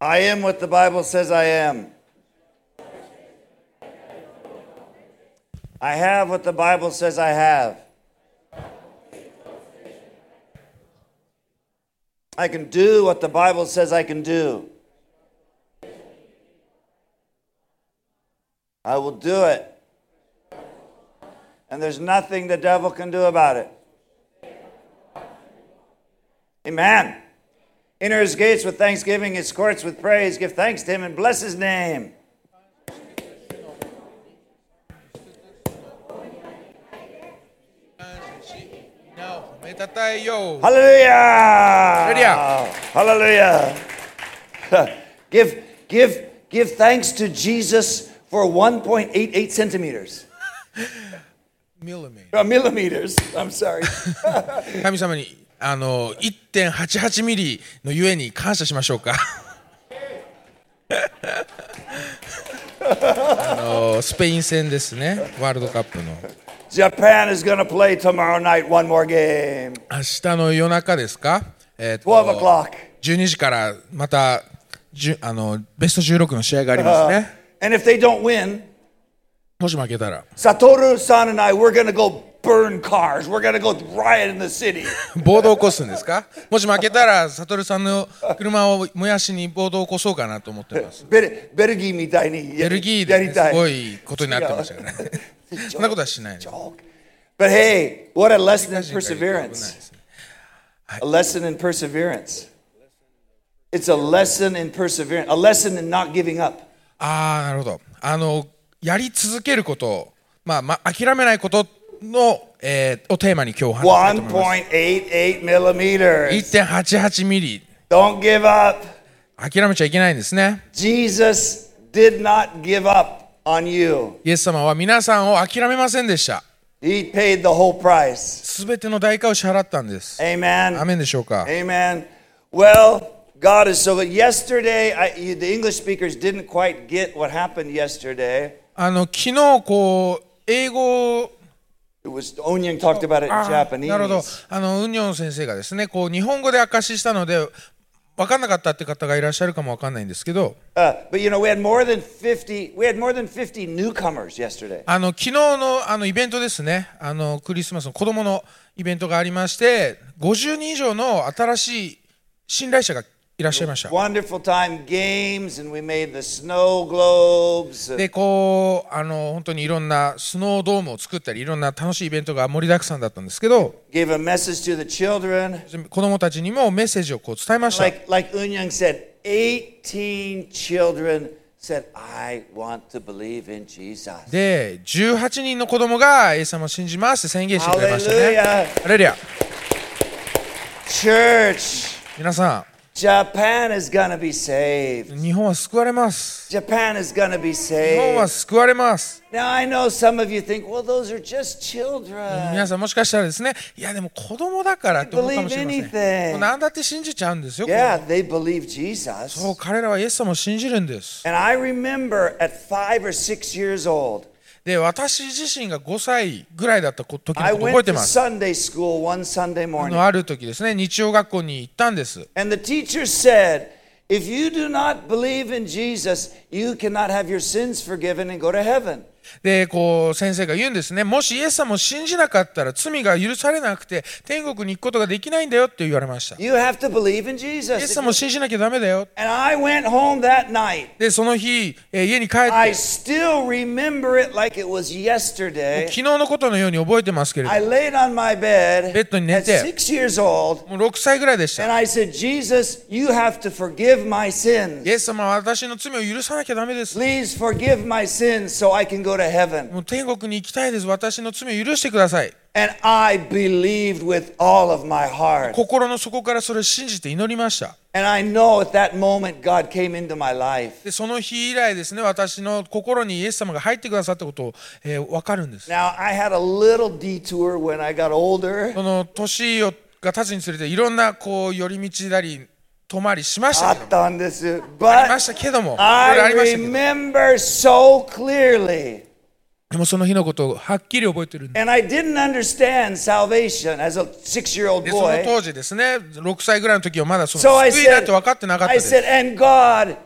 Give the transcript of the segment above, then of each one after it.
I am what the Bible says I am. I have what the Bible says I have. I can do what the Bible says I can do. I will do it. And there's nothing the devil can do about it. Amen. Enter his gates with thanksgiving, his courts with praise. Give thanks to him and bless his name. Now, めたたえよう。 Hallelujah. Hallelujah. Hallelujah. give, give, give thanks to Jesus for 1.88 centimeters. ミリメー Uh, millimeters. I'm sorry. ト神様にあの1.88ミリのゆえに感謝しましょうか。あのスペイン戦ですね、ワールドカップの。 Japan is going to play tomorrow night one more game. 明日の夜中ですか、えーと12 o'clock. 12時からまたじゅあのベスト16の試合があります Uh, ね。 and if they don't win, もし負けたら、 Satoru san and I, we're going to go burn cars. We're going to go riot in the city. 暴動を起こすんですかもし負けたら、サトルさんの車を燃やしに暴動を起こそうかなと思ってます。ベルベルギーみたいにやりベルギーやでりねたすごいことになってましたよ ね。そんなことはしないです。 But hey, what a lesson in 危ないで perseverance. すね A lesson in perseverance. It's a lesson in perseverance, a lesson in not giving up. ああ、なるほど。あの、やり続けること、まあ、まあ、諦めないことの、えーをテーマに今日お話ししたいと思います。 1.88 millimeters. 1.88ミリ。 Don't give up. 諦めちゃいけないんですね。 Jesus did not give up on you, イエス様は皆さんを諦めませんでした。 He paid the whole price. すべての代価を支払ったんです。 Amen. アーメンでしょうか。 Amen. Well, God is so good. Yesterday, I, you, the English speakers didn't quite get what happened yesterday. あの、昨日、こう、英語を It was Onyang talked about it in あー Japanese. なるほど。あの、ウンニョン先生がですね、こう、日本語で証ししたので、分かんなかったって方がいらっしゃるかも分かんないんですけど、 Uh, but you know, we had more than 50. We had more than 50 newcomers yesterday. あの、昨日の、あの、イベントですね、あの、クリスマスの子供のイベントがありまして、50人以上の新しい信頼者がいらっしゃいました。 Wonderful time games, and we made the snow globes. uh, で、こう、あの、本当にいろんなスノードームを作ったり、いろんな楽しいイベントが盛りだくさんだったんですけど、 Gave a message to the children. 子供たちにもメッセージをこう伝えました。 Like like Eunyoung said, 18 children said, "I want to believe in Jesus." で、18人の子供が、イエス様を信じますって宣言してくれましたね。 Hallelujah. ハレルヤ。 Church. 皆さ Japan is gonna be saved. ん、日本は救われます。 Japan is gonna be 日本は saved. 救われます。 Now I know some of you think, well, those are just children. 皆さんもしかしたらですね、いやでも子供だからって思うかもしれませ Believe anything. ん。もう何だって信じちゃうんですよ。 Yeah, they believe Jesus. そう、彼らはイエス様を信じるんです。 And I remember at five or six years old, で、私自身が5歳ぐらいだった時のこと I 覚え went て to ます。 Sunday school one Sunday あ morning, のある時ですね、日曜学校に行ったんです。 and the teacher said, If you do not believe in Jesus, you cannot have your sins forgiven and go to heaven. で、こう、先生が言うんですね、もしイエス様を信じなかったら罪が許されなくて、天国に行くことができないんだよって言われました。イ You have to believe in エス Jesus. 様を信じなきゃダメだよ。 And I went home that night. で、その日、えー家に帰って、 I still remember it like it was 昨 yesterday. 日のことのように覚えてますけれど I laid on my bed ベッドに寝 at て6 years old も、もう6歳ぐらいでした and。I said, Jesus, you have to forgive my イ sins. エス様は私の罪を許さなきゃダメです。 Please forgive my sins so I can go to heaven. もう天国に行きたいです。私の罪を許してください。 And I believed with all of my heart. 心の底からそれを信じて祈りました。 And I know at that moment God came into my life. で、その日以来ですね、私の心にイエス様が入ってくださったことを、えー、分かるんです。 Now, I had a little detour when I got older. その年をが経つにつれて、いろんなこう寄り道なり、泊まりしましたけども、あったんです。ありました But けども、いろいろあ I りましたけど、 remember so clearly でもその日のことをはっきり覚えてるんで And I didn't understand salvation as a six year old でその boy. 当時ですね6歳ぐらいの時はまだそ So の I 救いだ said, と分かってなかった I です said, and God,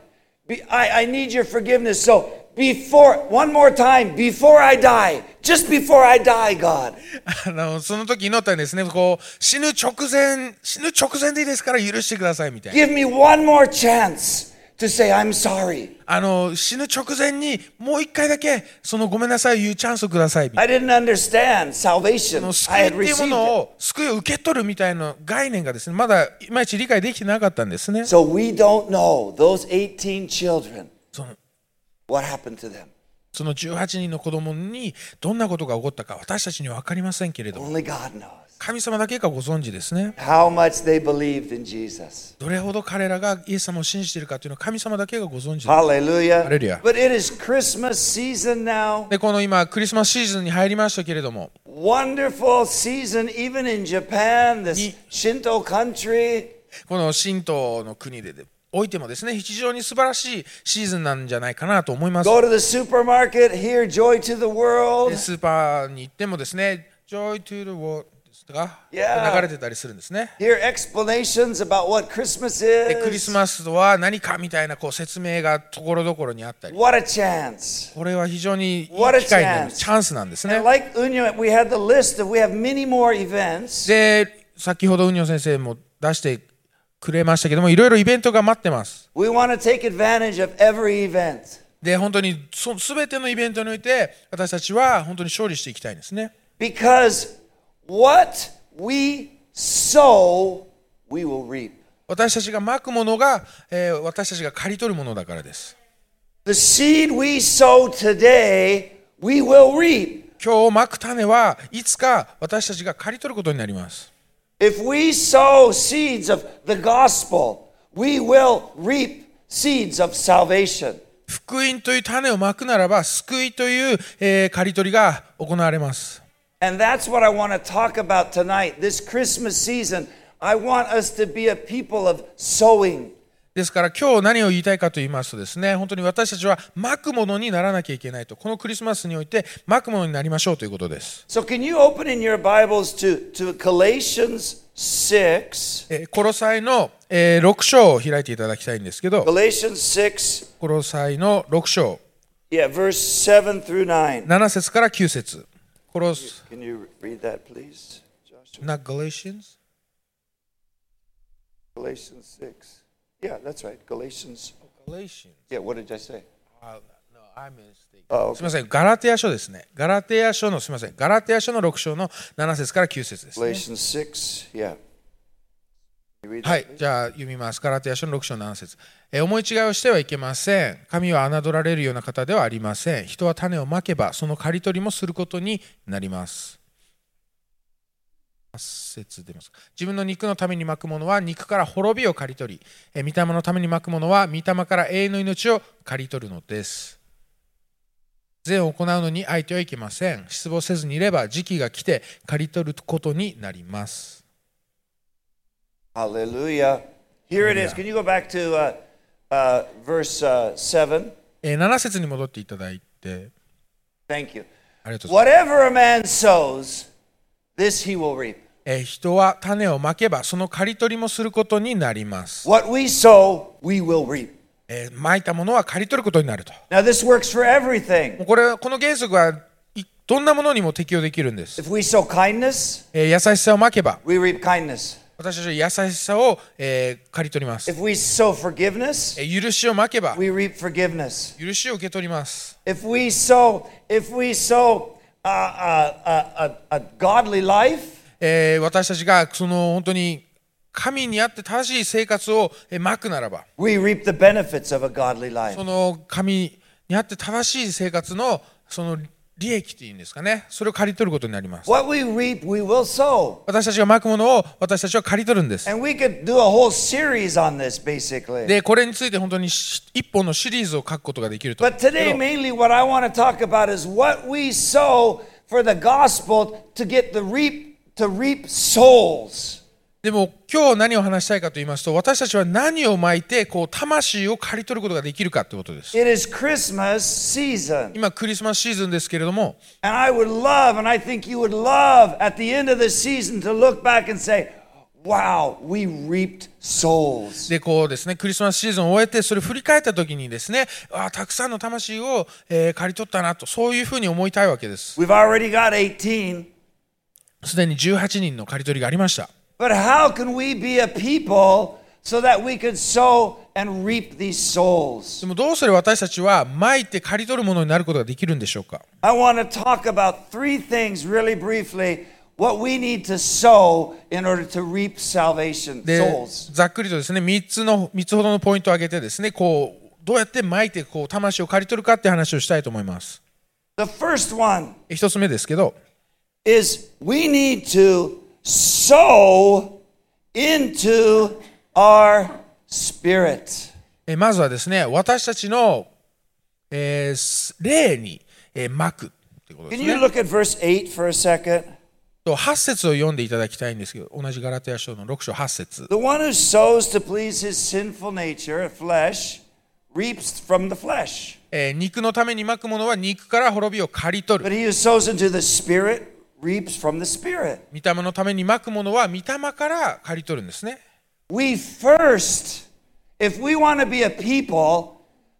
be, I, I need your forgiveness. So before, one more time, before I die, just before I die, God, あのその時祈ったんですねこう死ぬ直前死ぬ直前でいいですから許してくださいみたいな give me one more chance to say I'm sorry. あの死ぬ直前にもう一回だけそのごめんなさい言うチャンスをくださいみたい I didn't understand な salvation. もう救 I いっ had ていう received もの it. を救いを受け取るみたいな概念がですねまだいまいち理解できてなかったんですね So we don't know those 18 children, その what happened to them. その18人の子供にどんなことが起こったか私たちには分かりませんけれども Only God knows 神様だけがご存知ですね how much they believed in Jesus. どれほど彼らがイエス様を信じているかというのは神様だけがご存知です Hallelujah. Hallelujah. But it is Christmas season now. でこの今クリスマスシーズンに入りましたけれども Wonderful season, even in Japan, this Ni- Shinto country. この神道の国でおいてもですね非常に素晴らしいシーズンなんじゃないかなと思います Go to the supermarket, hear Joy to the で World. スーパーに行ってもですね「Joy to the World」ですとか Yeah. 流れてたりするんですね Hear explanations about what Christmas でクリス is. マスとは何かみたいなこう説明がところどころにあったり What a chance. これは非常にいい機 What a 会になる chance. チャンスなんですね And like Unyo, we had the list of we have many more events. で先ほどウニョ先生も出してくれましたけどもいろいろイベントが待ってます We want to take advantage of every event. で本当にそ全てのイベントにおいて私たちは本当に勝利していきたいんですね Because what we sow, we will reap. 私たちがまくものが、えー私たちが刈り取るものだからです The seed we sow today, we will reap. 今日まく種はいつか私たちが刈り取ることになります If we sow seeds of the gospel, we will reap seeds of salvation. 福音という種をまくならば救いという、えー刈り取りが行われます And that's what I want to talk about tonight. This Christmas season, I want us to be a people of sowing. ですから今日何を言いたいかと言いますとですね本当に私たちはまくものにならなきゃいけないとこのクリスマスにおいてまくものになりましょうということです、 So, can you open in your Bibles to, to Galatians 6? えーコロサイの、え6章を開いていただきたいんですけど Galatians 6, コロサイの6章 yeah, verse 7 through 9. 7節から9節コロス Can you read that, please? Joshua? な Galatians Galatians 6. Yeah, that's right. Galatians. Galatians Yeah, what did I say? Ah, no, I mistake. Oh, okay. すみません、ガラテヤ書ですね。ガラテヤ書の、すみません、ガラテヤ書の6章の7節から9節です、ね。 Galatians 6. Yeah. You read はい that, please? じゃあ読みます。ガラテヤ書の6章の7節えー思い違いをしてはいけません。神は侮られるような方ではありません。人は種をまけば、その刈り取りもすることになります。8節出ますか自分の肉のためにまくものは肉から滅びを刈り取り、えー御霊のためにまくものは御霊から永遠の命を刈り取るのです。善を行うのに相手はいけません。失望せずにいれば時期が来て刈り取ることになります。 Hallelujah. Here it is. Can you go back to uh, uh, verse uh, 7? えー7節に戻っていただいて、 Thank you. ありがとうございます。 Whatever a man sows, this he will reap. えー人は種をまけばその刈り取りもすることになります。 What we sow, we will reap. えー、まいたものは刈り取ることになると。 Now, this works for も everything. うこれこの原則はいどんなものにも適用できるんです。 If we sow kindness, えー優しさをまけば we reap kindness. 私たちは優しさを、えー刈り取ります。 If we sow forgiveness, えー許しをまけば we reap forgiveness. 許しを受け取ります。 If we sow, if we sow uh, uh, uh, a, a godly life, えー私たちがその本当に神にあって正しい生活をえーまくならば we reap the benefits of a godly life. その神にあって正しい生活のその利益っていうんですかねそれを刈り取ることになります What we reap, we will sow. 私たちがまくものを私たちは刈り取るんです And we could do a whole series on this, basically. でこれについて本当にし一本のシリーズを書くことができると But today, けど mainly, what I want to talk about is what we sow for the gospel to get the reap to reap souls. でも今日何を話したいかと言いますと私たちは何をまいてこう魂を刈り取ることができるかってことです It is Christmas season. 今クリスマスシーズンですけれども And I would love, and I think you would love at the end of the season to look back and say, wow, we reaped souls. でこうですねクリスマスシーズンを終えてそれを振り返った時にですねああたくさんの魂を、えー刈り取ったなとそういうふうに思いたいわけです We've already got 18, すでに18人の刈り取りがありました but how can we be a people so that we could sow and reap these souls? でもどうすれば私たちはまいて刈り取るものになることができるんでしょうか I want to talk about three things really briefly what we need to sow in order to reap salvation で souls. ざっくりとですね3つの三つほどのポイントを挙げてですねこうどうやってまいてこう魂を刈り取るかって話をしたいと思います The first one 1つ目ですけど is we need to sow into our spirit. えーまずはですね私たちの、えーす霊に、えー巻くってことで Can す you ね look at verse 8 for a second? と8節を読んでいただきたいんですけど同じガラテヤ書の6章8節 The one who sows to please his sinful nature, flesh, reaps from the flesh. えー肉のために巻くものは肉から滅びを刈り取る But he who sows into the spirit reaps from the spirit. 御霊のために巻くものは御霊から刈り取るんですね We first, if we want to be a people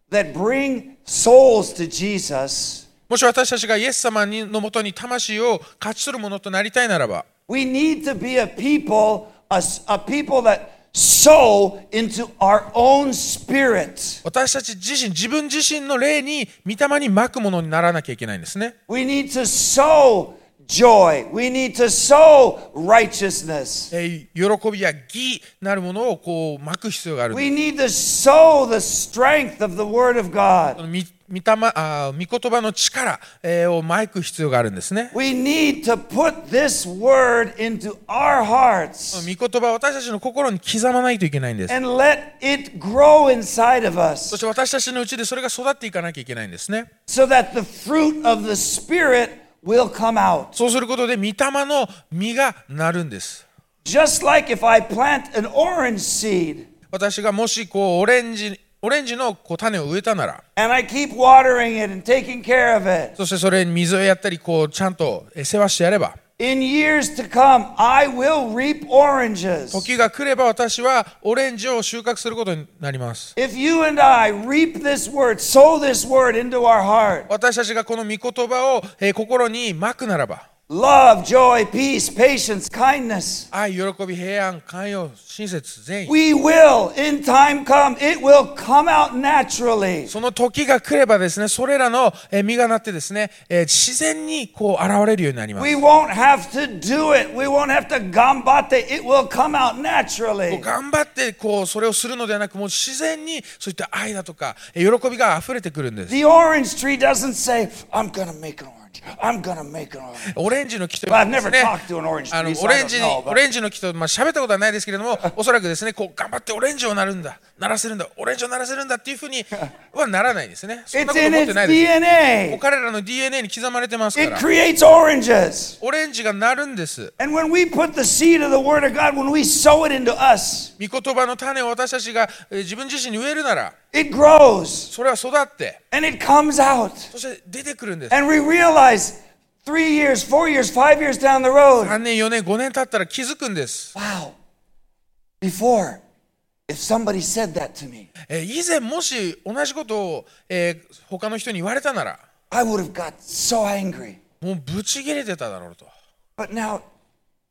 that bring souls to Jesus, もし私たちがイエス様にのもとに魂を勝ち取るものとなりたいならば we need to be a people, a, s- a people that sow into our own spirit. 私たち自身自分自身の霊に御霊に巻くものにならなきゃいけないんですね We need to sow joy. We need to sow righteousness. えー喜びや義なるものをこう巻く必要があるんです We need to sow the strength of the Word of God. み御霊あー御言葉の力、えーをまいく必要があるんですね。 We need to put this Word into our hearts. 御言葉を私たちの心に刻まないといけないんです。 and let it grow inside of そ us して私たちのうちでそれが育っていかなきゃいけないんですね。 so that the fruit of the Spirit will come out. そうすることで御霊の実がなるんです。 Just like if I plant an orange seed 私がもしこうオレンジオレンジのこう種を植えたなら、 and I keep watering it and taking care of it, そしてそれに水をやったりこうちゃんとえー世話してやれば、 in years to come, I will reap oranges. 時が来れば私はオレンジを収穫することになります。 If you and I reap this word, sow this word into our heart 私たちがこの御言葉をえー心に巻くならば、 love, joy, peace, patience, kindness. 愛、喜び、平安、寛容、親切、善意。 We will, in time come, it will come out naturally. その時が来ればですね、それらのえー実がなってですね、えー自然にこう現れるようになります We。won't have to do it. We won't have to gambate. It will come out naturally. 頑張ってこうそれをするのではなく、もう自然にそういった愛だとか、えー喜びが溢れてくるんです。 The orange tree doesn't say, I'm going to make an orange. I'm going to make an orange. オレンジの木と Well, I've いうです never ね talked to an orange あの tree, so オ I レン don't ジ know. オ But レンジの木と、まあ喋ったことはないですけれども、おそらくですね、こう頑張ってオレンジをなるんだ、鳴らせるんだ、オレンジを鳴らせるんだっていうふうにはならないですね。そん it's なこと in 思って its ないです。もう DNA. 彼らの DNA に刻まれてますか It ら、 creates oranges. オレンジがなるんです。 And when we put the seed of the Word of God, when we sow it into us, 御言葉の種を私たちがえー自分自身に植えるなら it grows それは育って and it comes out. そして出てくるんです And we realize three years, four years, five years down the road, 3年4年5年経ったら気づくんです、 Wow. Before, if somebody said that to me, えー以前もし同じことを、えー他の人に言われたなら I would have got so angry. もうブチ切れてただろうと But now,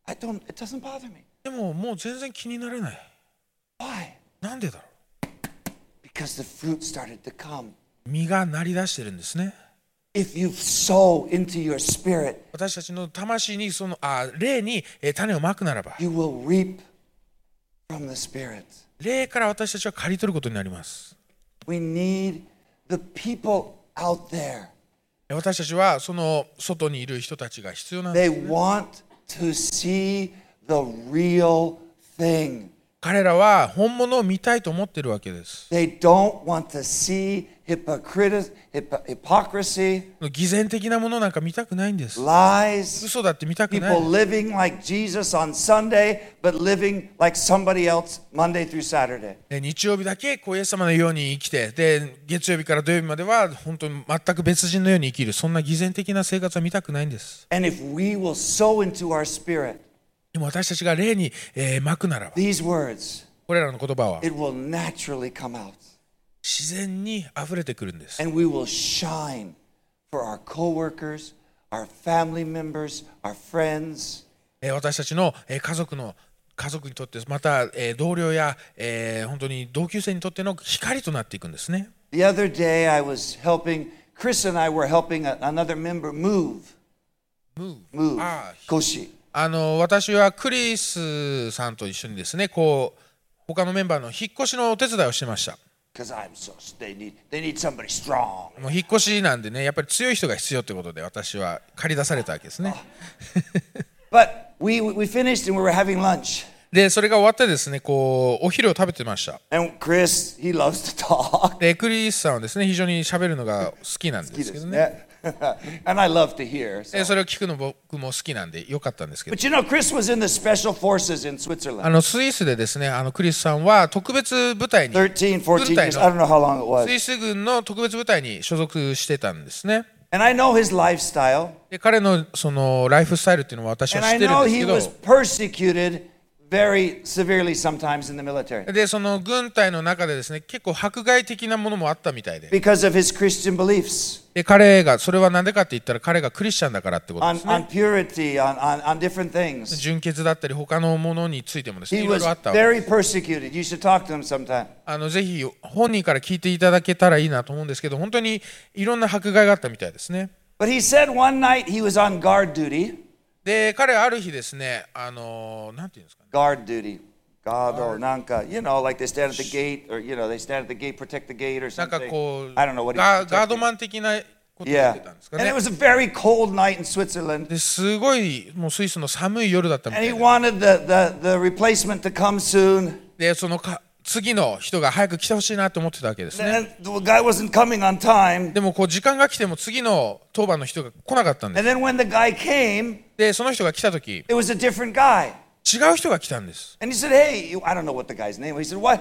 I don't, it doesn't bother me. でももう全然気になれない Why? なんでだろ Because the fruit started to come. う実がなりだしてるんですね If you sow into your spirit, 私たちの魂にそのあ霊に、えー種をまくならば you will reap from the spirit. 霊から私たちは刈り取ることになります We need the people out there. えー私たちはその外にいる人たちが必要なんです They want to see the real thing. 彼らは本物を見たいと思ってるわけです。 They don't want to see hypocrit- hypo- hypocrisy, 偽善的なものなんか見たくないんです。 lies, 嘘だって見たくない people。living like Jesus on Sunday, but living like somebody else Monday through Saturday. え日曜日だけこうイエス様のように生きてで月曜日から土曜日までは本当に全く別人のように生きるそんな偽善的な生活は見たくないんです And if we will sow into our spirit でも私たちが霊に、えーまくならば these words, これらの言葉は it will naturally come out. 自然に溢れてくるんです And we will shine for our coworkers, our family members, our friends. えー私たちの、えー家族の家族にとってまた、えー同僚や、えー本当に同級生にとっての光となっていくんですね The other day, I was helping, Chris and I were helping a- another member move. Move. あー Koshi. あの私はクリスさんと一緒にですねこう他のメンバーの引っ越しのお手伝いをしてました Because I'm so, they need, they need somebody strong. もう引っ越しなんでね、やっぱり強い人が必要ということで、私は借り出されたわけですね。 But we, we finished and we were having lunch. で、それが終わってですね、こう、お昼を食べてました。 And Chris, he loves to talk. で、クリスさんはですね、非常に喋るのが好きなんですけどね。 and I love to hear. so. で、それを聞くの僕も好きなんで、よかったんですけど。 But you know, Chris was in the special forces in あ Switzerland. の、スイスでですね、あの、クリスさんは特別部隊に、 13, 14 Good years. title. I don't know how long it スイ was. ス軍の特別部隊に所属してたんですね。 And I know his lifestyle. で、彼のその、ライフスタイルっていうのは私は And 知 I ってる know んです he け was ど、 persecuted very severely sometimes in the military で、その軍隊の中でですね、結構迫害的なものもあったみたいで。 because of his Christian beliefs で彼がそれは何でかって言ったら彼がクリスチャンだからってことで on, す on ね purity, on, on, on different things. 純潔だったり他のものについてもですね He いろい was ろあったわけ very persecuted. You should talk to him sometime. あのぜひ本人から聞いていただけたらいいなと思うんですけど本当にいろんな迫害があったみたいですね But he said one night he was on guard duty. で彼はある日ですねあのなんていうんですかね Guard duty. God or Nanka. You know, like they stand at the gate or, you know, they stand at the gate, protect the gate or なんか something. こう I don't know ガ what he was ガード protecting. マン的なことをやっ Yeah. てたんですか And it ね was a very cold night in Switzerland. ですごいもうスイスの寒い夜だったみた And い he で wanted the, the, the replacement to come soon. でそのか次の人が早く来てほしいなと思ってたわけですね And the guy wasn't coming on time. でもこう時間が来ても次の当番の人が来なかったんです And then when the guy came, でその人が来た時違 it was a different guy. う人が来たんです。 And he said, Hey, you, I don't know what the guy's name was. He said, Why,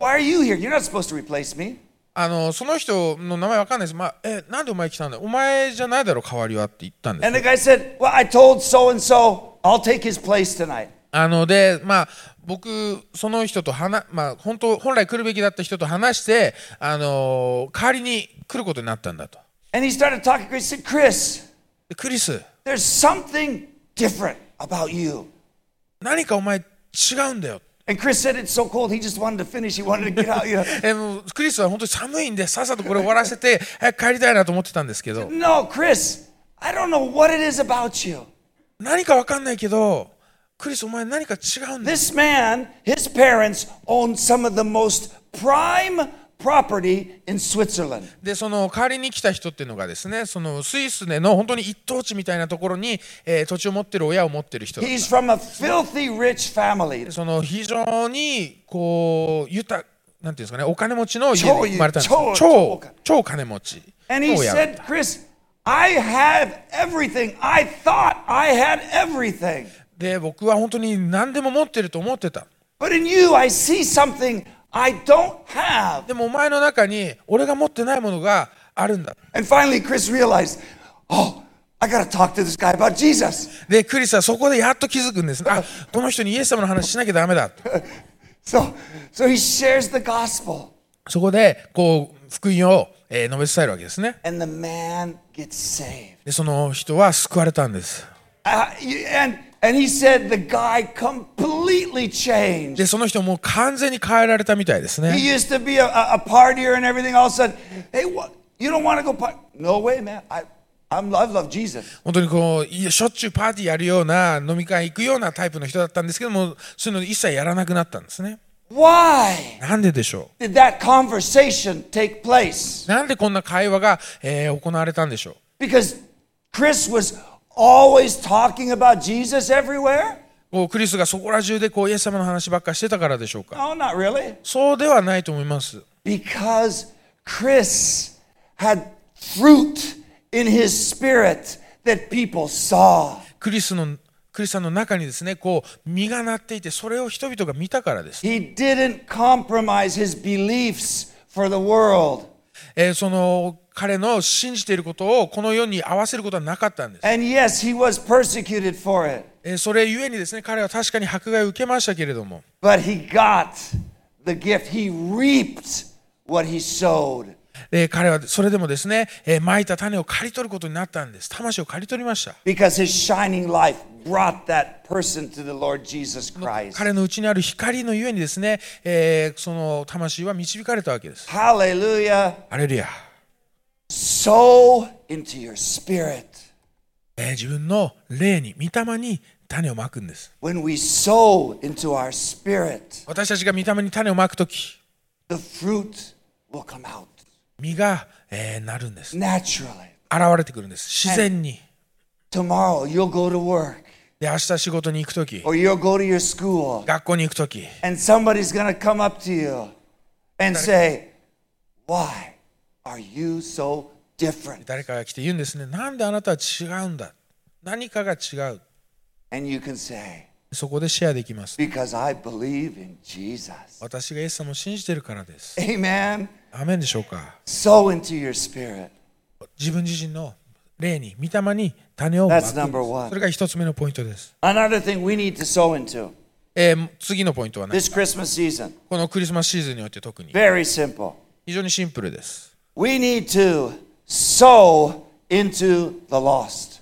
why are you here? You're not supposed to replace me. あのその人の名前わかんないです。まあ、えなんでお前来たんだよお前じゃないだろ代わりはって言ったんで And す。 the guy said, Well, I told so and so I'll take his place tonight. あのでまあ僕その人と話まあ本当本来来るべきだった人と話してあの代わりに来ることになったんだと。 And he started talking. He said, Chris, でクリス there's something different about you. 何かお前違うんだよ。 And Chris said, It's so cold. He just wanted to finish. He wanted to get out. You know. えもうクリスは本当に寒いんでさっさとこれ終わらせて早く帰りたいなと思ってたんですけど No, Chris, I don't know what it is about you. 何かわかんないけどクリスお前何か違うんだよ This man, his parents owned some of the most prime property in Switzerland. でその代わりに来た人っていうのがですねそのスイスでの本当に一等地みたいなところに、えー土地を持ってる親を持ってる人 He's from a filthy rich family. その非常にこう豊なんていうんですかねお金持ちの家超に生まれたんです超超超超超金持ち And he の親 said, Chris, I have everything. I thought I had everything. で僕は本当に何でも持ってると思ってた But in you, I see something I don't have. でもお前の中に俺が持ってないものがあるんだ And finally, Chris realized, oh, I got to talk to this guy about Jesus. でクリスはそこでやっと気づくんですあこの人にイエス様の話しなきゃダメだ So, so he shares the gospel, そこでこう福音を、えー述べ伝えるわけですね and the man gets saved. でその人は救われたんです Uh, and, and he said the guy completely changed. でその人もう完全に変えられたみたいですね He used to be a, a, a partier and everything. All of a sudden, hey, what? You don't want to go part? No way, man. I, I'm, I love Jesus. 本当にこういやしょっちゅうパーティーやるような飲み会行くようなタイプの人だったんですけどもそういうの一切やらなくなったんですね Why なんででしょ did that conversation take place? うなんでこんな会話が、えー行われたんでしょう Because Chris was always talking about Jesus everywhere. こうクリスがそこら中でこうイエス様の話ばっかりしてたからでしょうか No, not really. そうではないと思います Because Chris had fruit in his spirit that people saw. クリスのクリスさんの中にですねこう実がなっていてそれを人々が見たからです、 He didn't compromise his beliefs for the world. えーその彼の信じていることをこの世に合わせることはなかったんです、 And yes, he was persecuted for it, えーそれゆえにですね彼は確かに迫害を受けましたけれども but he got the gift. He reaped what he sowed. えー彼はそれでもですね、えー蒔いた種を刈り取ることになったんです魂を刈り取りました Because his shining life brought that person to the Lord Jesus Christ. 彼のうちにある光のゆえにですね、えーその魂は導かれたわけです Hallelujah. アレルヤ、 Sow into your spirit. えー自分の霊に御霊に種をまくんです When we sow into our spirit, 私たちが御霊に種をまくとき the fruit will come out 実が、えーなるんです現 naturally. れてくるんです自然に Tomorrow you'll go to work で明日仕事に行くとき or you'll go to your school 学校に行くとき and somebody's going to come up to you and say, Why are you so different? 誰かが来て言うんですねなんであなたは違うんだ何かが違う And you can say, そこでシェアできます Because I believe in Jesus. 私がイエス様を信じてるからです Amen. アーメンでしょうか Sow into your spirit. 自分自身の霊に御霊に種をまくんです That's number one. それが一つ目のポイントです、 Another thing we need to sow into えー次のポイントはね this Christmas season, このクリスマスシーズンにおいて特に very simple. 非常にシンプルです We need to sow into the lost.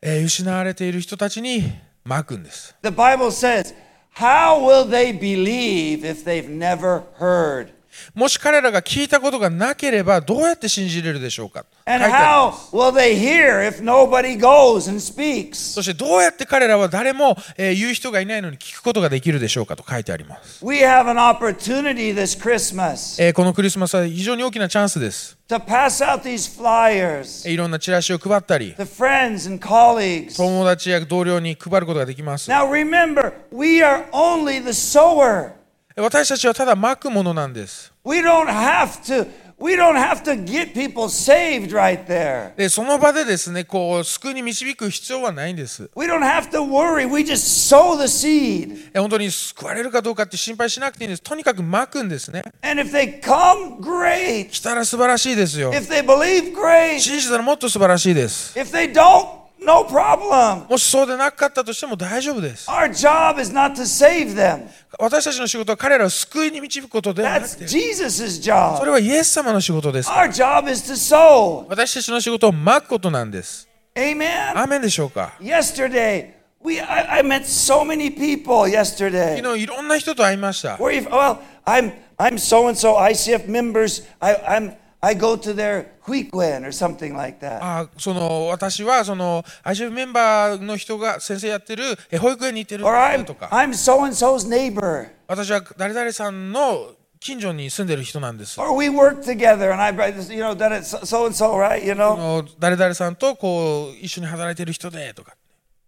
えー失われている人たちにまくんです The Bible says, How will they believe if they've never heard? もし彼らが聞いたことがなければどうやって信じれるでしょうか書い And てありま how す will they hear if nobody goes and speaks? そしてどうやって彼らは誰も、えー言う人がいないのに聞くことができるでしょうかと書いてあります、 We have an opportunity this Christmas えーこのクリスマスは非常に大きなチャンスです、 to pass out these flyers えーいろんなチラシを配ったり to friends and colleagues. 友達や同僚に配ることができます Now remember, we are only the sower. 私たちはただまくものなんです。 We don't haveと we don't have to get people saved right there. で、その場でですね、こう、救いに導く必要はないんです。 We don't have to worry. We just sow the seed. え本当に救われるかどうかって心配しなくていいんです。とにかくまくんですね。 And if they come, great. 来たら素晴らしいですよ。 If they believe, great. 信じたらもっと素晴らしいです。 If they don't, no problem. もしそうでなかったとしても大丈夫です。 Our job is not to save them. 私たちの仕事は彼らを救いに導くことではなく That's て、 Jesus' そ job. れはイエス様の仕事です。 Our job is to sow. 私たちの仕事をまくことなんです。 Amen. アーメンでしょうか Yesterday, we I, I met so many people yesterday. 昨日いろんな人と会いました。 Where you, well, I'm I'm so and so ICF members. I, I'm I go to their weekend or something like that. あその私はその ICF メンバーの人が先生やってるえ保育園に行ってる Or I'm とか I'm so and so's neighbor. 私は誰々さんの近所に住んでる人なんですあ Or we work together, and I brought- you know that it's so and so, right? You know. の誰々さんとこう一緒に働いてる人でとか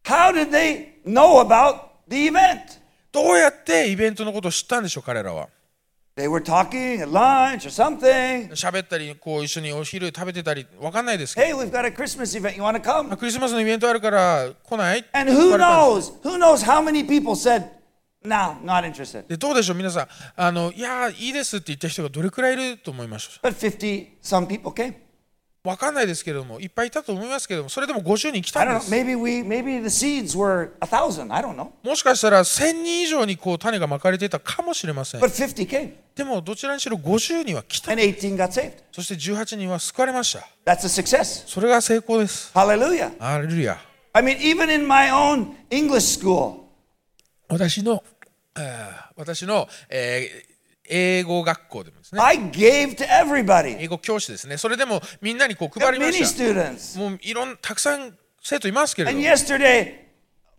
How did they know about the event? どうやってイベントのことを知ったんでしょう彼らは They were talking at lunch or something. 喋ったりこう一緒にお昼食べてたりわかんないですけど Hey, we've got a Christmas event. You want to あ come? クリスマスのイベントあるから来ない And って言 who われたんです knows? Who knows how many people said, "No, not interested." でどうでしょう皆さんあのいやいいですって言った人がどれくらいいると思いました But fifty some people came. わかんないですけれどもいっぱいいたと思いますけれどもそれでも50人来 I たん don't で know. す Maybe we maybe the seeds were a thousand. I don't know. もしかしたら1000人以上にこう種がまかれていたかもしれません。 But 50 came でもどちらにしろ50人は来た。 and 18 got saved. そして18人は救われました。 That's a success. それが成功です。 Hallelujah. アレルヤ。 I mean, even in my own English school, 私の、えー私の、えー英語学校でもですね、 I gave to everybody. 英語教師ですね、それでもみんなにこう Got 配りま Many した。 students. もういろんたくさん生徒いますけれど And も、 yesterday,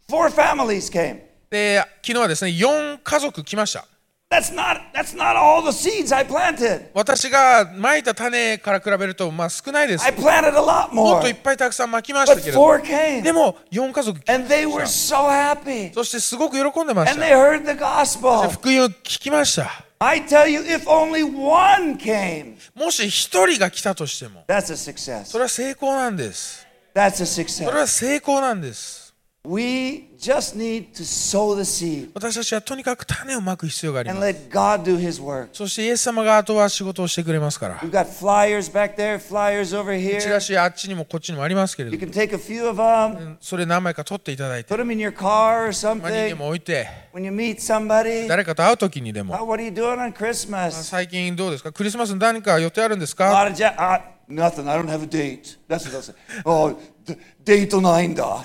four families came. で昨日はですね、4家族来ました。 That's not, that's not all the seeds I planted. 私が蒔いた種から比べると、まあ、少ないです I。planted a lot もっ more. といっぱいたくさん蒔きまし But たけれど。 four came. でも、4家族、 And they were so happy. そしてすごく喜んでまし And た。 they heard the gospel. 福音を聞きました。 I tell you, if only one came, もし一人が来たとしても、 that's a success. それは成功なんです。 That's a それ success. は成功なんです。 We just need to sow the seed 私たちはとにかく種をまく必要があり and ます。 let God do His work. そしてイエス様があとは仕事をしてくれますから。 We've got flyers back there, flyers over チ here. ラシあっちにもこっちにもありますけれ You ど、 can take a few of them, それ何枚か取っていただいて、 put them in your car or まあ人間 something. も置いて、 When you meet somebody, 誰かと会うときにでも、 oh, what are you doing on Christmas? 最近どうですかクリスマスに何か予定あるんです A か lot of ja- uh, nothing. I don't have a date. That's what I say. Oh, d- date on ainda.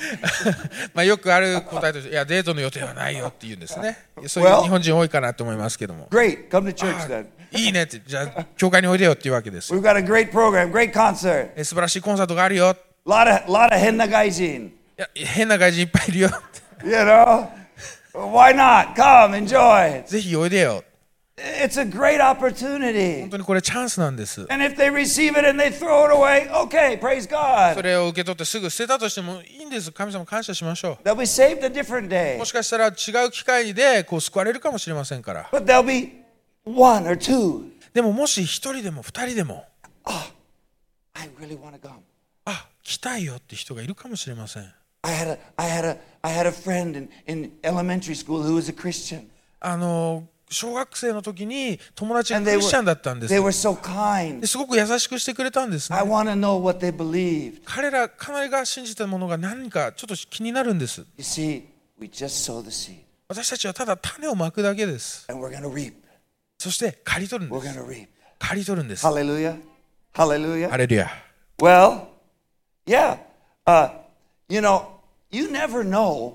まあよくある答えとして、いや、デートの予定はないよって言うんですね。そういう日本人多いかなと思いますけども。 Great. Come to church あ then. いいねって、じゃあ、教会においでよっていうわけですよ。 We've got a great program, great concert. え素晴らしいコンサートがあるよ。 lot of lot of henna guys in. いや、変な外人いっぱいいるよ。 You know, why not? Come enjoy. ぜひおいでよ。 It's a great 本 opportunity. 当にこれチャンスなんです。 And if they receive it and they throw it away, okay, praise そ God. れを受け取ってすぐ捨てたとしてもいいんです。神様感謝しましょ They'll be saved a different う。 day, もしかしたら違う機会でこう救われるかもしれませんから。 but they'll be one or two. でももし一人でも二人でも、 I really want to come. あ、来たいよって人がいるかもしれません。 I had a I had a I had a friend in, in elementary school who was a Christian. あの、小学生の時に友達が And they クリスチャンだ were, ったんです they。were so kind. ですごく優しくしてくれたんですね I。want to know what they believed. 彼ら、彼が信じたものが何かちょっと気になるんです。 You see, we just sow the seed 私たちはただ種をまくだけです。 and we're going to reap. そして刈り取るん We're で going す。 to reap. 刈り取るんです。 Hallelujah. Hallelujah. ハレルヤ。 Well, yeah. Uh, you know, you never know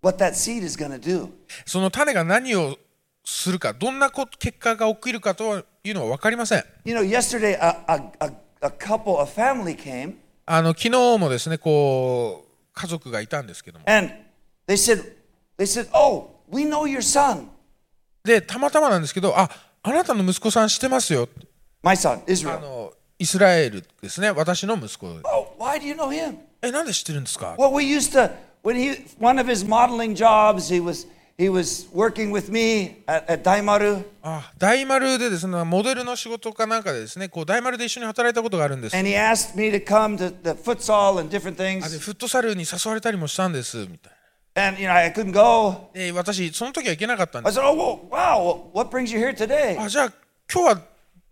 what that seed is going to do. その種が何をするか、どんなこ結果が起きるかというのは分かりません。 You know, yesterday a, a, a, a couple, a family came, あの昨日もですね、こう家族がいたんですけども、 and they said, they said, "Oh, we know your son, でたまたまなんですけど、あ、あなたの息子さん知ってますよ。 my son あ Israel. のイスラエルですね、私の息子。 Oh, why do you know him? え、なんで知ってるんですか。 Well, we used to when he one of his modeling jobs, he was he was working with me at, at Daimaru, あ、大丸でですね、モデルの仕事かなんかでですね、こう大丸で一緒に働いたことがあるんです。 and he asked me to come to the futsal and different あで things, フットサルに誘われたりもしたんですみたい and you know I couldn't go. なで私その時は行けなかったん I です said, "Oh, well, wow! What brings you here today?" あじゃあ今日は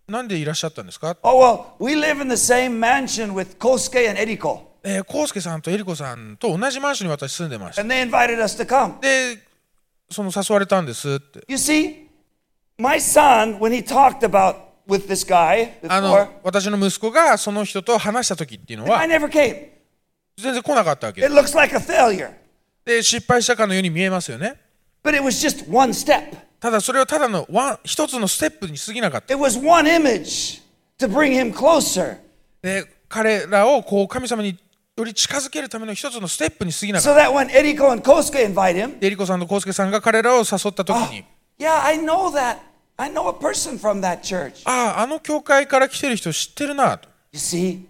なんでいらっしゃったんですか Oh, well, we live in the same mansion with Kosuke and Eriko, えー、コウスケさんとエリコさんと同じマンションに私住んでました。 and they invited us to come. で、その誘われたんですって。 You see, my son, when he talked about with this guy before, あの、私の息子がその人と話した時っていうの I は、 never came. 全然来なかったわけで It looks like a failure, す。で、失敗したかのように見えますよね。 but it was just one step. ただそれはただのワン一つのステップに過ぎなかった。 It was one image to bring him closer. で、彼らをこう神様により近づけるための一つのステップに過ぎなかっ So that when Eriko and Kosuke invite him, た。でエリコさんとコウスケさんが彼らを誘った時 "Oh, に、 yeah, I know that. I know a person from that church. ああ、あの教会から来てる人知ってるなと。 You see,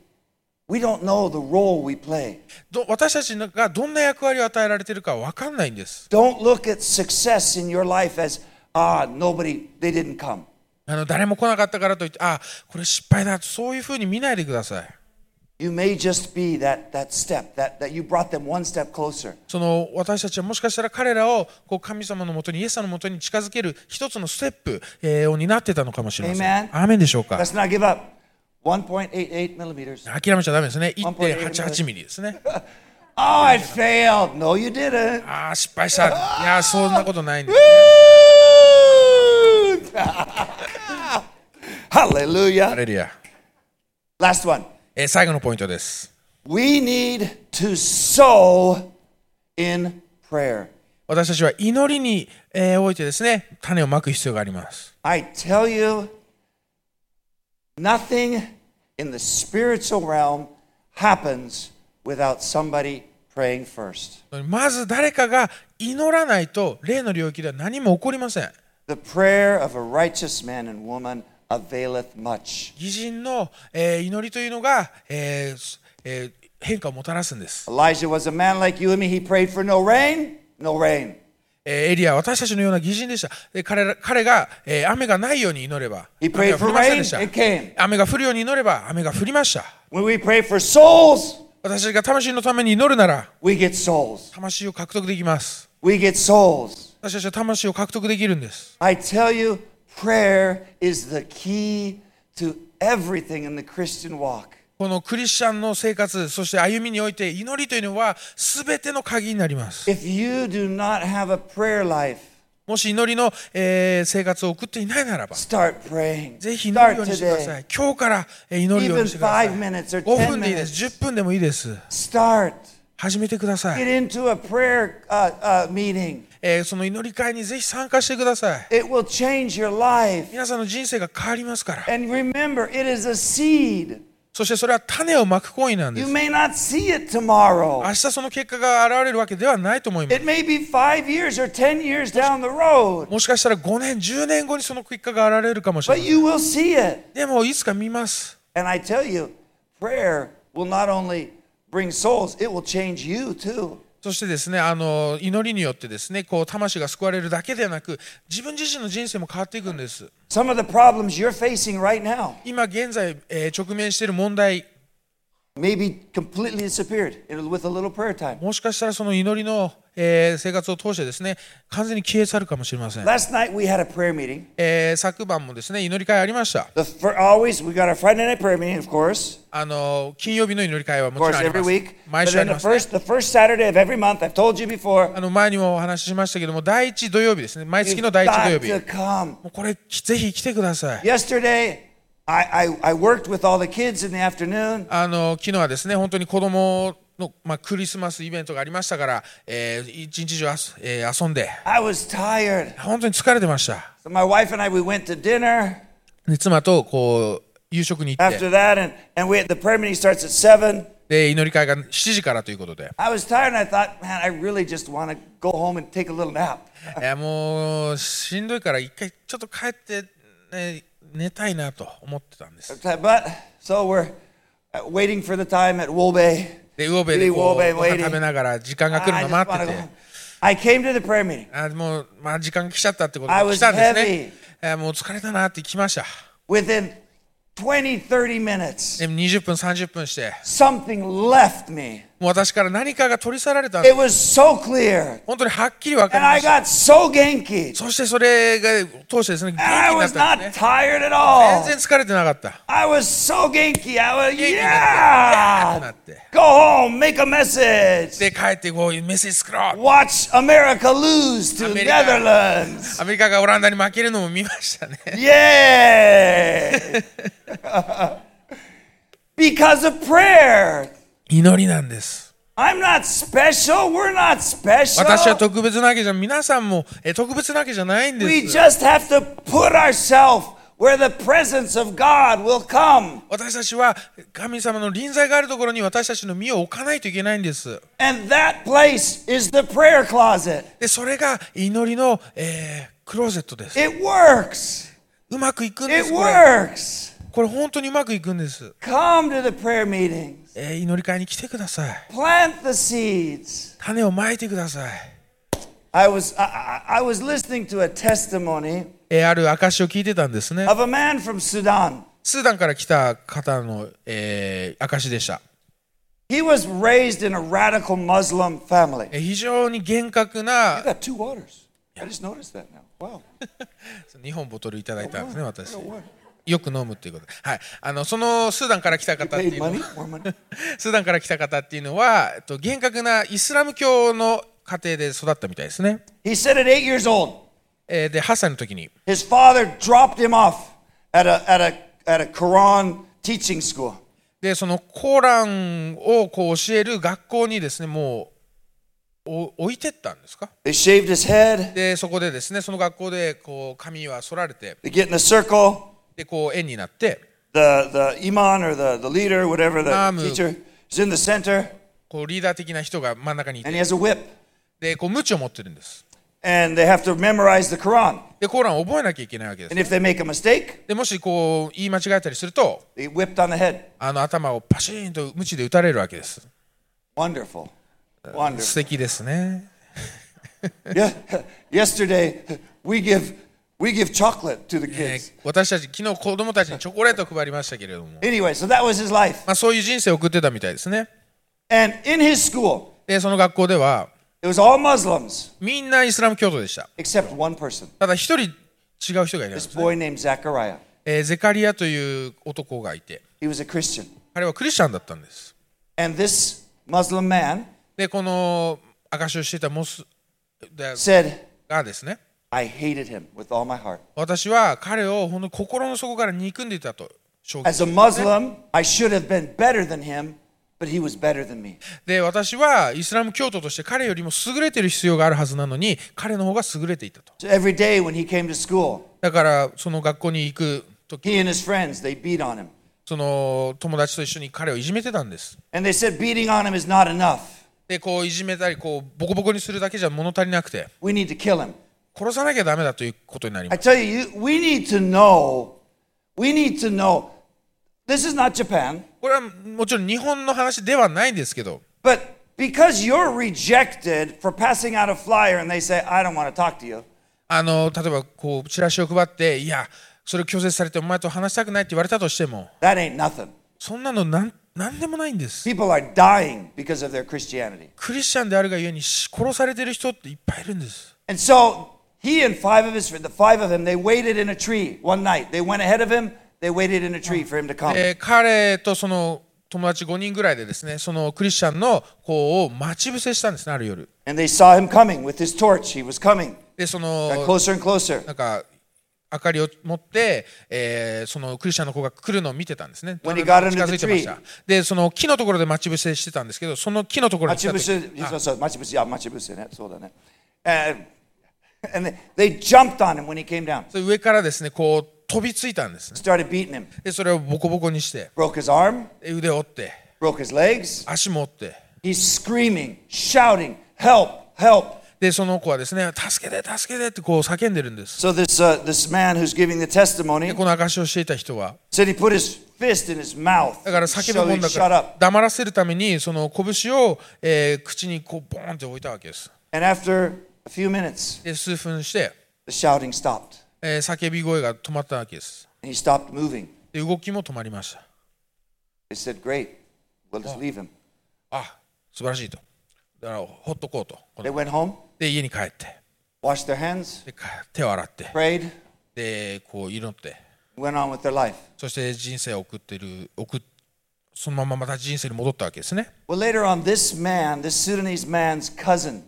we don't know the role we play. ど私たちがどんな役割を与えられてるか分かんないんです。 Don't look at success in your life as, ah, nobody, they didn't come. あの誰も来なかったからといって、あこれ失敗だ、そういうふうに見ないでください。 You may just be that, that step, that, that you brought them one step closer. その私たちはもしかしたら彼らをこう神様のもとに、イエス様のもとに近づける一つのステップ、えーを担ってたのかもしれません。 Amen アーメンでしょうか。 Let's not give up. 1.88 millimeters. 諦めちゃダメですね。 1.88 1.88ミリですね。 Oh, I failed. No, you didn't. ああ、失敗した。いやー、そんなことないんです。 Woo! Hallelujah. ハレルヤ。 Last one. えー最後のポイントです。 We need to sow in prayer. 私たちは祈りに、えーおいてですね、種をまく必要があります。 I tell you, nothing in the spiritual realm happens without somebody praying first. まず誰かが祈らないと、霊の領域では何も起こりません。 The prayer of a righteous man and woman availeth much. 義人の、えー祈りというのが、えーえー変化をもたらすんです、 Elijah was a man like you and me. He prayed for no rain, no rain. えーエリアは私たちのような義人でしたで彼ら彼が、えー雨がないように祈れば He prayed 雨が降 for りません rain, でした it came. 雨が降るように祈れば雨が降りました When we pray for souls, 私たちが魂のために祈るなら we get souls. 魂を獲得できます We get souls. 私たちは魂を獲得できるんです I tell you, prayer is the key to everything in the Christian walk. このクリスチャンの生活そして歩みにおいて祈りというのは全ての鍵になります If you do not have a prayer life, もし祈りの、えー生活を送っていないならば start praying. ぜひ祈 Start るようにしてくださ today. い。今日からえー祈るようにしてください。 Even five minutes or 5分でいいで10す。10分でもいいです。 Start. 始めてくださ Get い。 into a prayer uh, uh, meeting. えーその祈り会にぜひ参加してください。 It will change your life. 皆さんの人生が変わりますから。 And remember, it is a seed. そしてそれは種をまく行為なんで You す。 may not see it 明 tomorrow. 日その結果が現れるわけではないと思います。 It may be five years or ten years down the road, もしかしたら5年、10年後にその結果が現れるかもしれ but ない。 you will see it. でもいつか見ます。 And I tell you, prayer will not only bring souls, it will change you too. そしてですね、あの祈りによってですね、こう魂が救われるだけではなく、自分自身の人生も変わっていくんです。 Some of the problems you're facing right now 今現在、えー直面している問題、 may be completely disappeared with a little prayer time. もしかしたらその祈りの、えー生活を通してですね完全に消え去るかもしれません、 Last night we had a prayer meeting. えー昨晩もですね祈り会ありました The fir- always we got our Friday night prayer meeting, of course, あの金曜日の祈り会は of もちろん course あり every ます week. 毎 But 週あ then り the ますね first the first Saturday of every month, I've told you before, あの前にもお話ししましたけども第一土曜日ですね毎 you've 月の第一土曜 got 日 to も come. うこれぜひ来てください Yesterday, I, I I worked with all the kids in the afternoon. あの昨日はですね本当に子供のまあ、クリスマスイベントがありましたから、えー一日中あす、えー遊んで I was tired. 本当に疲れてました So my wife and I we went to dinner で妻とこう夕食に行って after that, and and we the prayer meeting starts at seven. で祈り会が7時からということで I was tired, and I thought, man, I really just want to go home and take a little nap. いやもうしんどいから一回ちょっと帰って、ね、寝たいなと思ってたんです。 But so we're uh, waiting for the time at Wolbay. で、魚べでこうご飯食べながら時間が来る I の just 待 wanna って go て home.、I came to the prayer meeting あもう、まあ、時間が来ちゃったってこと I で was 来たんですね。えもう疲れたなって来ました。 within 20, 30 minutes. でも20分、30分して、 Something left me. もう私から何かが取り去られたんで It す。 was so clear. 本当にはっきり分か And りま I した。 got so genki. そしてそれが通してですね、元気 And I になっ was た not んですね。 tired at 全 all. 然疲れてなかった。 I was so genki. I was, 元気になって、な yeah. って。 Go home, make a message. で、帰ってこうメッセージ作ろう。 Watch America lose to America. Netherlands. アメリカがオランダに負けるのも見ましたね。 Yay! because of prayer. 祈りなんです。 I'm not special. We're not 私は special. 特別なわけじゃ、皆さんもえ特別なわけじゃないん We です。 just have to put ourselves where the presence of God will come. 私たちは神様の臨在があるところに私たちの身を置かないといけないんです。 And that place is the prayer closet. で、それが祈りの、えークローゼットです。 It works. うまくいくんで It す。これ、 works. これ本当にうまくいくんです、 Come to the prayer meetings. えー祈り会に来てください。 Plant the seeds. 種をまいてください。 I was I, I- I was listening to a testimony えーある証を聞いてたんですね。 of a man from Sudan. スーダンから来た方の、えー証でした。 He was raised in a radical Muslim family. えー非常に厳格な I、got two waters. I just noticed that now. Wow. 2本ボトルいただいたんですね、私 I。got one. よく飲むっていうことで、はい、あのそのスーダンから来た方ってい Paid うの money, は more money. スーダンから来た方っていうのは、えっと、厳格なイスラム教の家庭で育ったみたいですね、 He said at eight years old, えーで8歳の時に、 his father dropped him off at a, at a, at a Quran teaching school. でそのコーランをこう教える学校にですねもうお置いてったんですか They shaved his head. でそこでですねその学校でこう髪は剃られて They get in a circle. でこう円になって。 The, the imam or the, the leader, whatever the Imam. teacher, is in the center こうリーダー的な人が真ん中にい and he て has a whip. でこう鞭を持ってるんです and they have to memorize the Quran. で、コーランを覚えなきゃいけないわけです。 And if they make a mistake, で、もしこう、言い間違えたりすると、 they get whipped on the head. あの頭をパシーンと鞭で打たれるわけです。 Wonderful. 素 Wonderful. 敵ですね。 yeah. Yesterday, we give, we give chocolate to the え kids. ー私たち、昨日子供たちにチョコレートを配りましたけれども、 Anyway, so that was his life. まあ、そういう人生を送ってたみたいですね。 And in his school, で、その学校では、 it was all Muslims みんなイスラム教徒でした。 except one person, ただ一人違う人がいるんで this すね、 boy named Zachariah. えーゼカリアという男がいて、 He was a Christian. 彼はクリスチャンだったんです。 And this Muslim man で、この証しをしていたモスで said, がですね、 I hated him with all my heart. 私は彼を本当に心の底から憎んでいたと証言 As a Muslim, I should have been better than him, but he was better than me. で私はイスラム教徒として彼よりも優れてる必要があるはずなのに彼の方が優れていたと So every day when he came to school, だからその学校に行く he 時 and his friends, they beat on him. その友達と一緒に彼をいじめてたんです And they said beating on him is not enough. でこういじめたりこうボコボコにするだけじゃ物足りなくて We need to kill him. 殺さなきゃダメだということになり I ます tell you, you, we need to know. We need to know. This is not Japan, これはもちろん日本の話ではないんですけど but because you're rejected for passing out a flyer and they say, I don't want to talk to you, あの例えばこうチラシを配っていやそれを拒絶されてお前と話したくないって言われたとしても that ain't nothing. そんなのなんなんでもないんです People are dying because of their Christianity. クリスチャンであるがゆえにし殺されてる人っていっぱいいるんです And so he and five of his friends, the five of them, they waited in a tree one night. They went ahead of him. They waited in a tree for him to come. えー彼とその友達5人ぐらいでですねそのクリスチャンの子を待ち伏せしたんですねある夜 And they saw him coming with his torch. He was coming. でそ Got の closer and closer. なんか明かりを持って、えーそのクリスチャンの子が来るのを見てたんですね When he 近 got under the づいてましたでその木のところで待ち伏せしてたんですけどその木のところに来た時あ待ち伏せ、そうそう、待ち伏せ、あ、待ち伏せね、そうだね。And, and they, they jumped on him when he came down, それ上からですねこう飛びついたんですね started beating him, でそれをボコボコにして broke his arm, で腕を折って broke his legs. 足も折って He's screaming, shouting, help, help. でその子はですね助けて助けてってこう叫んでるんです So this, uh, this man who's giving the testimony でこの証しをしていた人は said he put his fist in his mouth. だから So 叫ぶもん he だか shut ら up. 黙らせるためにその拳を、えー口にこうボーンって置いたわけです。 And after a few minutes, で数分して、 the shouting stopped. えー叫び声が止まったわけです。 And he stopped moving. で動きも止まりました。 They said, great, let us leave him. あ素晴らしいと。だからほっとこうと。こ They の went home, で家に帰って、 washed their hands, でか手を洗って、 prayed, でこう祈って、 went on with their life. そして人生を送ってる送っそのまままた人生に戻ったわけですね。 Well, later on, this man, this Sudanese man's cousin,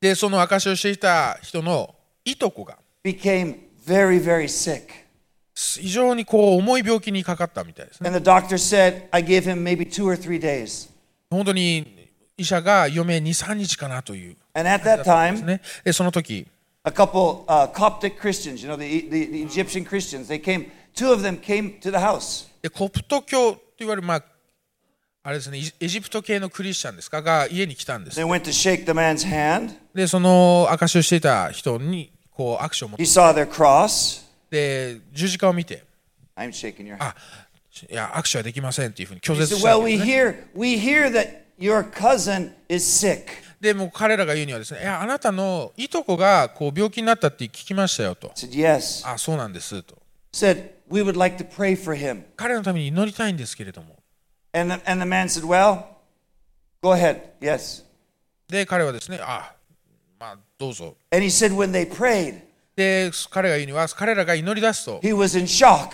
でその証しをしていた人のいとこが became very, very sick. 非常にこう重い病気にかかったみたいですね。 And the doctor said, I gave him maybe two or three days. 本当に医者が余命23日かなという And at that です time, ねでその時 a couple uh, Coptic Christians, you know, the, the, the Egyptian Christians, they came, two of them came to the house. でコプト教といわれるまああれですねイジエジプト系のクリスチャンですかが家に来たんです They went to shake the man's hand. でその証しをしていた人にこう握手を持っ He saw their cross. て十字架を見て I'm shaking your hand. あいや握手はできませんっていうふうに拒 He 絶 said, した Well, んで we すね hear, we hear that your cousin is sick. でもう彼らが言うにはですねいやあなたのいとこがこう病気になったって聞きましたよと said, Yes. あそうなんですと Said, We would like to pray for him. 彼のために祈りたいんですけれども And the, and the man said, Well, go ahead. Yes. で彼はですねあまあどうぞ And he said, When they prayed, で彼が言うには彼らが祈り出すと he was in shock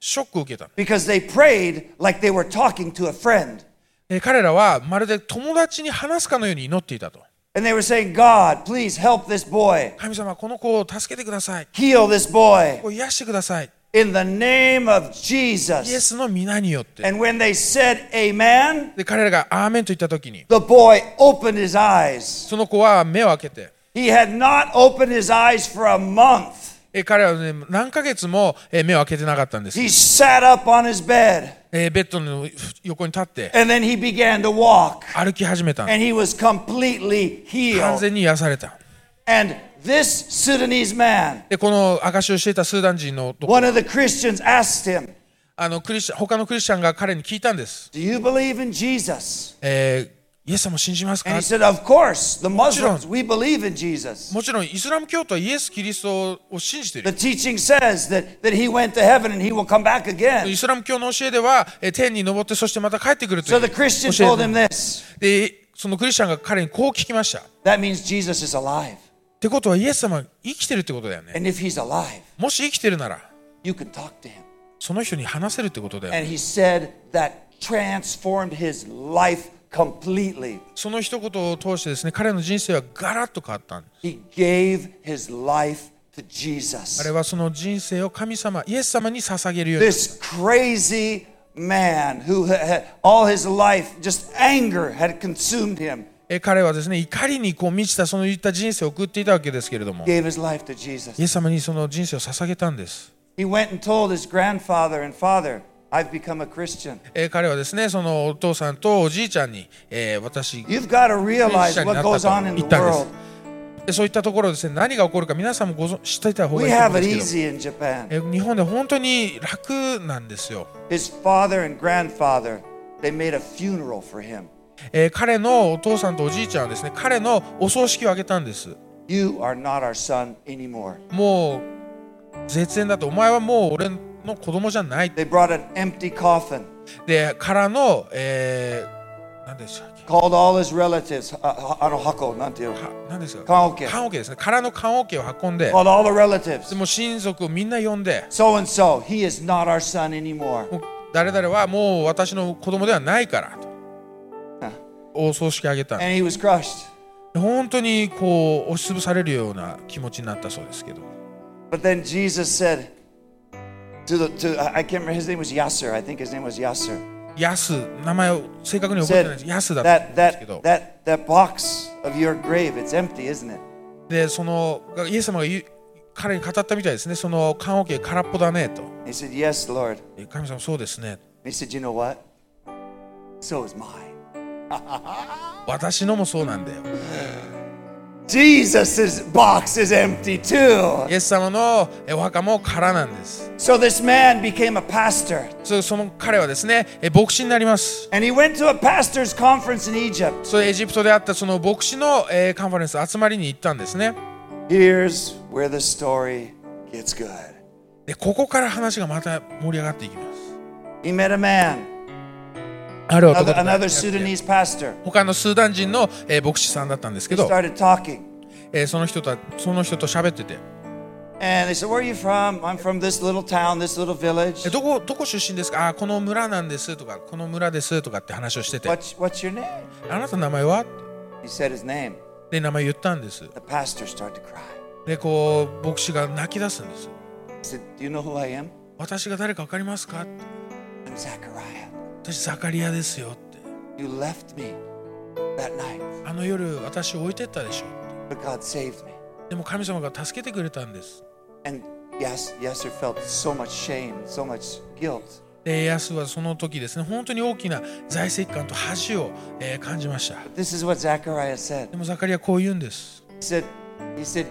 ショックを受けた、 because they prayed like they were talking to a friend. えー彼らはまるで友達に話すかのように祈っていたと And they were saying, God, please help this boy, 神様この子を助けてください heal this boy こう癒してください in the name of イエ Jesus. スの皆によって And when they said, Amen, で彼らがアーメンと言った時に the boy opened his eyes. その子は目を開けて He had not opened his eyes for a month. えー彼は、ね、何ヶ月もえー目を開けてなかったんです、 He sat up on his bed えーベッドの横に立って and then he began to walk. 歩き始めたんです And he was completely 完 healed. 全に癒された And this Sudanese man, でこの証しをしていたスーダン人の男 one of the Christians, asked him, あのクリスチャン他のクリスチャンが彼に聞いたんです、 Do you believe in Jesus? えーイエス様を信じます And か he said, Of course, the Muslims, on. we believe in Jesus. もちろんイスラム教徒はイエス・キリストを信じてい The る teaching says that, that he went to heaven and he will come back again. イスラム教の教えではえー天に昇ってそしてまた帰ってくるとい So う the Christian 教 told え him で this でそのクリスチャンが彼にこう聞きましたっ that means Jesus is alive. てことはイエス様は生きてるってことだよね And if he's alive, もし生きてるなら you can talk to him. その人に話せるってことだよ、 And he said that transformed his life completely. その一言を通してですね彼の人生はガラッと変わったんです He gave his life to あ Jesus. れはその人生を神様イエス様に捧げるように This crazy man who ha- had all his life just anger had consumed him え彼はですね怒りにこう満ちたそのいった人生を送っていたわけですけれども gave his life to Jesus. イエス様にその人生を捧げたんです、 He went and told his grandfather and father, I've become a Christian. え彼はですねそのお父さんとおじいちゃんに、えー私 You've got to クリス realize チャンにな what っ goes たと on in 言 the ったんで world. すでそういったところですね何が起こるか皆さんもご存知っていた方がい We いと have 思うん it ですけど easy in Japan. え日本で本当に楽なんですよ、 His father and grandfather, they made a funeral for him. え彼のお父さんとおじいちゃんはですね彼のお葬式をあげたんです You are not our son anymore. もう絶縁だとお前はもう俺の子供じゃない They brought an empty coffin, でからの、えー、何でしたっけ called all his relatives, uh, uh, anohako, nanteu, か何ですか棺桶棺桶ですねからの棺桶を運んで called all the relatives. でもう親族をみんな呼んで So and so, he is not our son anymore. もう誰々はもう私の子供ではないからとお葬式あげた And he was crushed. 本当にこう押しつぶされるような気持ちになったそうですけど But then Jesus said to the, to, I I can't remember, his name was Yasser. I think his name was Yasser. ヤス名前を正確に覚えてない Said ですヤスだった that, んですけ that, ど that, that box of your grave, it's empty, isn't it? でそのイエス様が言う彼に語ったみたいですねその棺桶空っぽだねと And he said, Yes, Lord. And え神様そうですね he said, You know what? So is mine. 私のもそうなんだよ Jesus' box is empty too. イエス様のえお墓も空なんです So this man became a pastor. そその彼はですねえ牧師になります And he went to a pastor's conference in Egypt. それエジプトであったその牧師の、えーカンファレンス集まりに行ったんですね Here's where the story gets good. でここから話がまた盛り上がっていきます He met a man, ある another, 男と another Sudanese pastor. 他のスーダン人の、えー牧師さんだったんですけ He ど、 started talking. えーその人とその人と喋ってて And they said, Where are you from? I'm from this little town, this little village. えどこどこ出身ですかあーこの村なんですとかこの村ですとかって話をしてて What's, what's your name? あなたの名前は He said his name. で名前言ったんです The pastor started to cry. でこう牧師が泣き出すんです He said, Do you know who I am? 私が誰か分かりますか I'm Zachariah. 私ザカリアですよって You left me that night, あの夜私を置いてったでしょ but God saved me. でも神様が助けてくれたんです And yes, Yasser felt so much shame, so much guilt. でヤスはその時ですね本当に大きな在籍感と恥を、えー感じました This is what Zachariah said. でもザカリアこう言うんです He said, he said,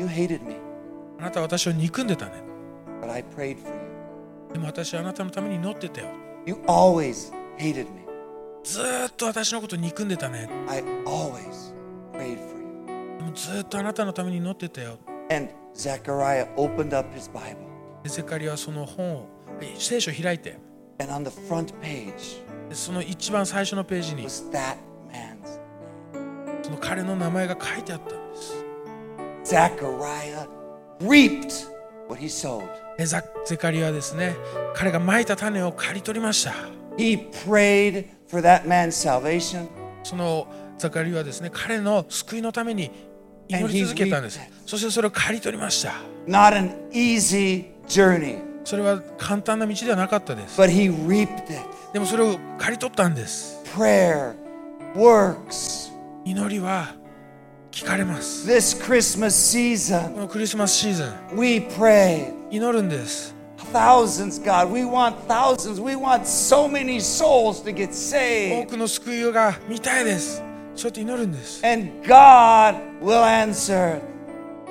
You hated me, あなたは私を憎んでたね but I prayed for you. でも私はあなたのために祈ってたよ You always hated me. ずーっと私のこと憎んでたね I always prayed for you. でもずーっとあなたのために祈ってたよ And Zechariah opened up his Bible, でゼカリアはその本をえ聖書を開いて and on the front page でその一番最初のページに was that man's その彼の名前が書いてあったんです Zechariah reaped what he sowed. えザゼカリアはですね彼が蒔いた種を刈り取りました He prayed for that man's salvation. そのザカリアはですね彼の救いのために祈り続けたんです And he reaped そしてそれを刈り取りました Not an easy journey, それは簡単な道ではなかったです but he reaped it. でもそれを刈り取ったんです Prayer works. 祈りは聞かれます This Christmas こ season, のクリスマスシーズン we pray. 祈るんです Thousands, God. We want thousands. We want so many souls to get 多 saved. くの救いが見たいですそうやって祈るんです And God will answer.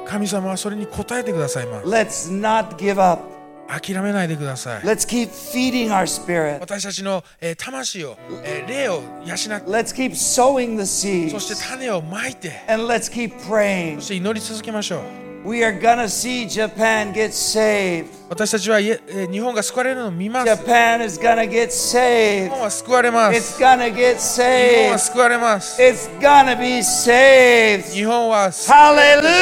神様はそれに応えてくださいます Let's not give up. 諦めないでください Let's keep feeding our spirit. 私たちの、えー魂を、えー霊を養って Let's keep sowing the そして seeds. 種をまいて And let's keep praying. そして祈り続けましょう We are going to see Japan get saved. 私たちはいええー日本が救われるのを見ます日 Japan is going to get saved. 本は救われま It's す going to get 日本は saved. 救われます It's going to be saved. 日本は救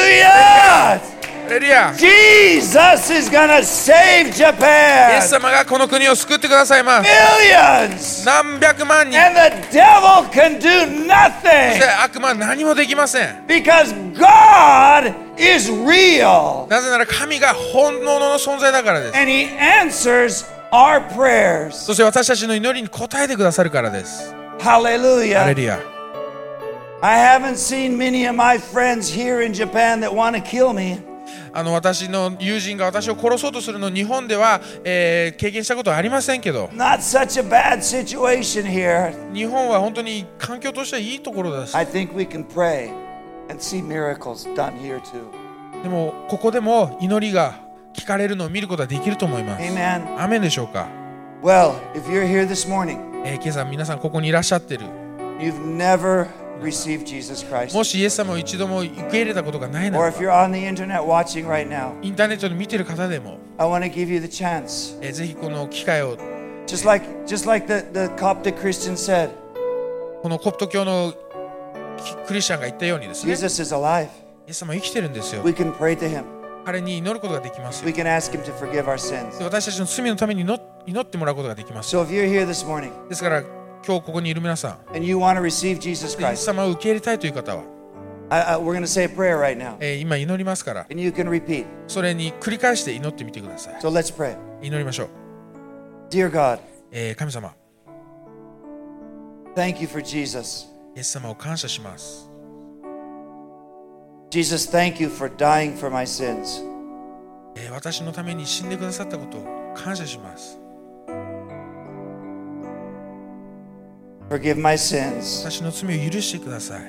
Hallelujah! われるや Jesus is going to save イエ Japan. ス様がこの国を救ってくださいます Millions! 何百万人 And the devil can do そ nothing して悪魔は何もできません because God is real. なぜなら神が本物の存在だからです and he answers our prayers. そして私たちの祈りに応えてくださるからですハレ Hallelujah. リア I haven't seen many of my friends here in Japan that want to kill me, あの私の友人が私を殺そうとするのを日本では、えー経験したことはありませんけど not such a bad situation here. 日本は本当に環境としてはいいところです I think we can pray and see miracles done here too. でもここでも祈りが聞かれるのを見ることはできると思います Amen. アメンでしょうか、 Well, if you're here this morning, えー今朝皆さんここにいらっしゃってる you've never received Jesus Christ, もしイエス様を一度も受け入れたことがないな or ら if you're on the internet watching right now, インターネットで見てる方でも、 I want to give you the chance. えーぜひこの機会を Just like just like the, the Coptic Christian said, このコプト教のきクリスチャンが言ったようにですねイ Jesus is alive. エス様生きてるんですよ We can pray to him. 彼に祈ることができますよ We can ask Him to forgive our sins. で私たちの罪のために祈祈ってもらうことができますよ So if you're here this morning ですから今日ここにいる皆さん and you want to receive Jesus イエス Christ, 様を受け入れたいという方は、 I, I, we're going to say a prayer right now, えー今祈りますから and you can repeat. それに繰り返して祈ってみてください So let's pray. 祈りましょう、 Dear God, えー神様 thank you for Jesus. イエス様を感謝します Jesus, thank you for dying for my sins. えー私のために死んでくださったことを感謝します Forgive my sins. 私の罪を許してください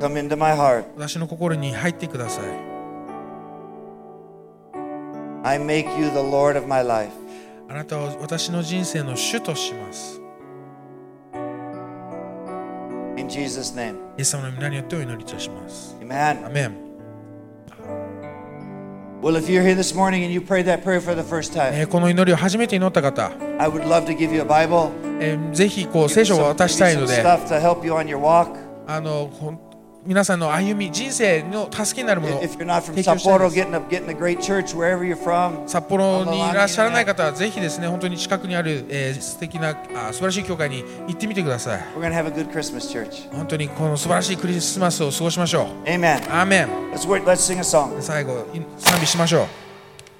Come into my heart. 私の心に入ってください I make you the Lord of my life. あなたを私の人生の主とします。 In Jesus' name. イエス様の皆によってお祈りいたします。ア Amen. メン、 Well, if you're here this morning and you prayed that prayer for the first time, えーこの祈りを初めて祈った方、 I would love to give you a Bible, えーぜひこう give 聖 you 書を some, give 渡 you したいの some で、 stuff to help you on your walk. あのほん皆さんの歩み、人生の助けになるものを If 提 you're not from 供したい Sapporo, です。 getting a, getting a great church wherever you're from, 札幌にいらっしゃらない方はぜひですね、本当に近くにある、えー素敵なあ素晴らしい教会に行ってみてください。 we're going to have a good Christmas church. 本当にこの素晴らしいクリスマスを過ごしましょう。 Amen. アーメン。 Let's, work, let's sing a song. 最後、い賛美しましょう。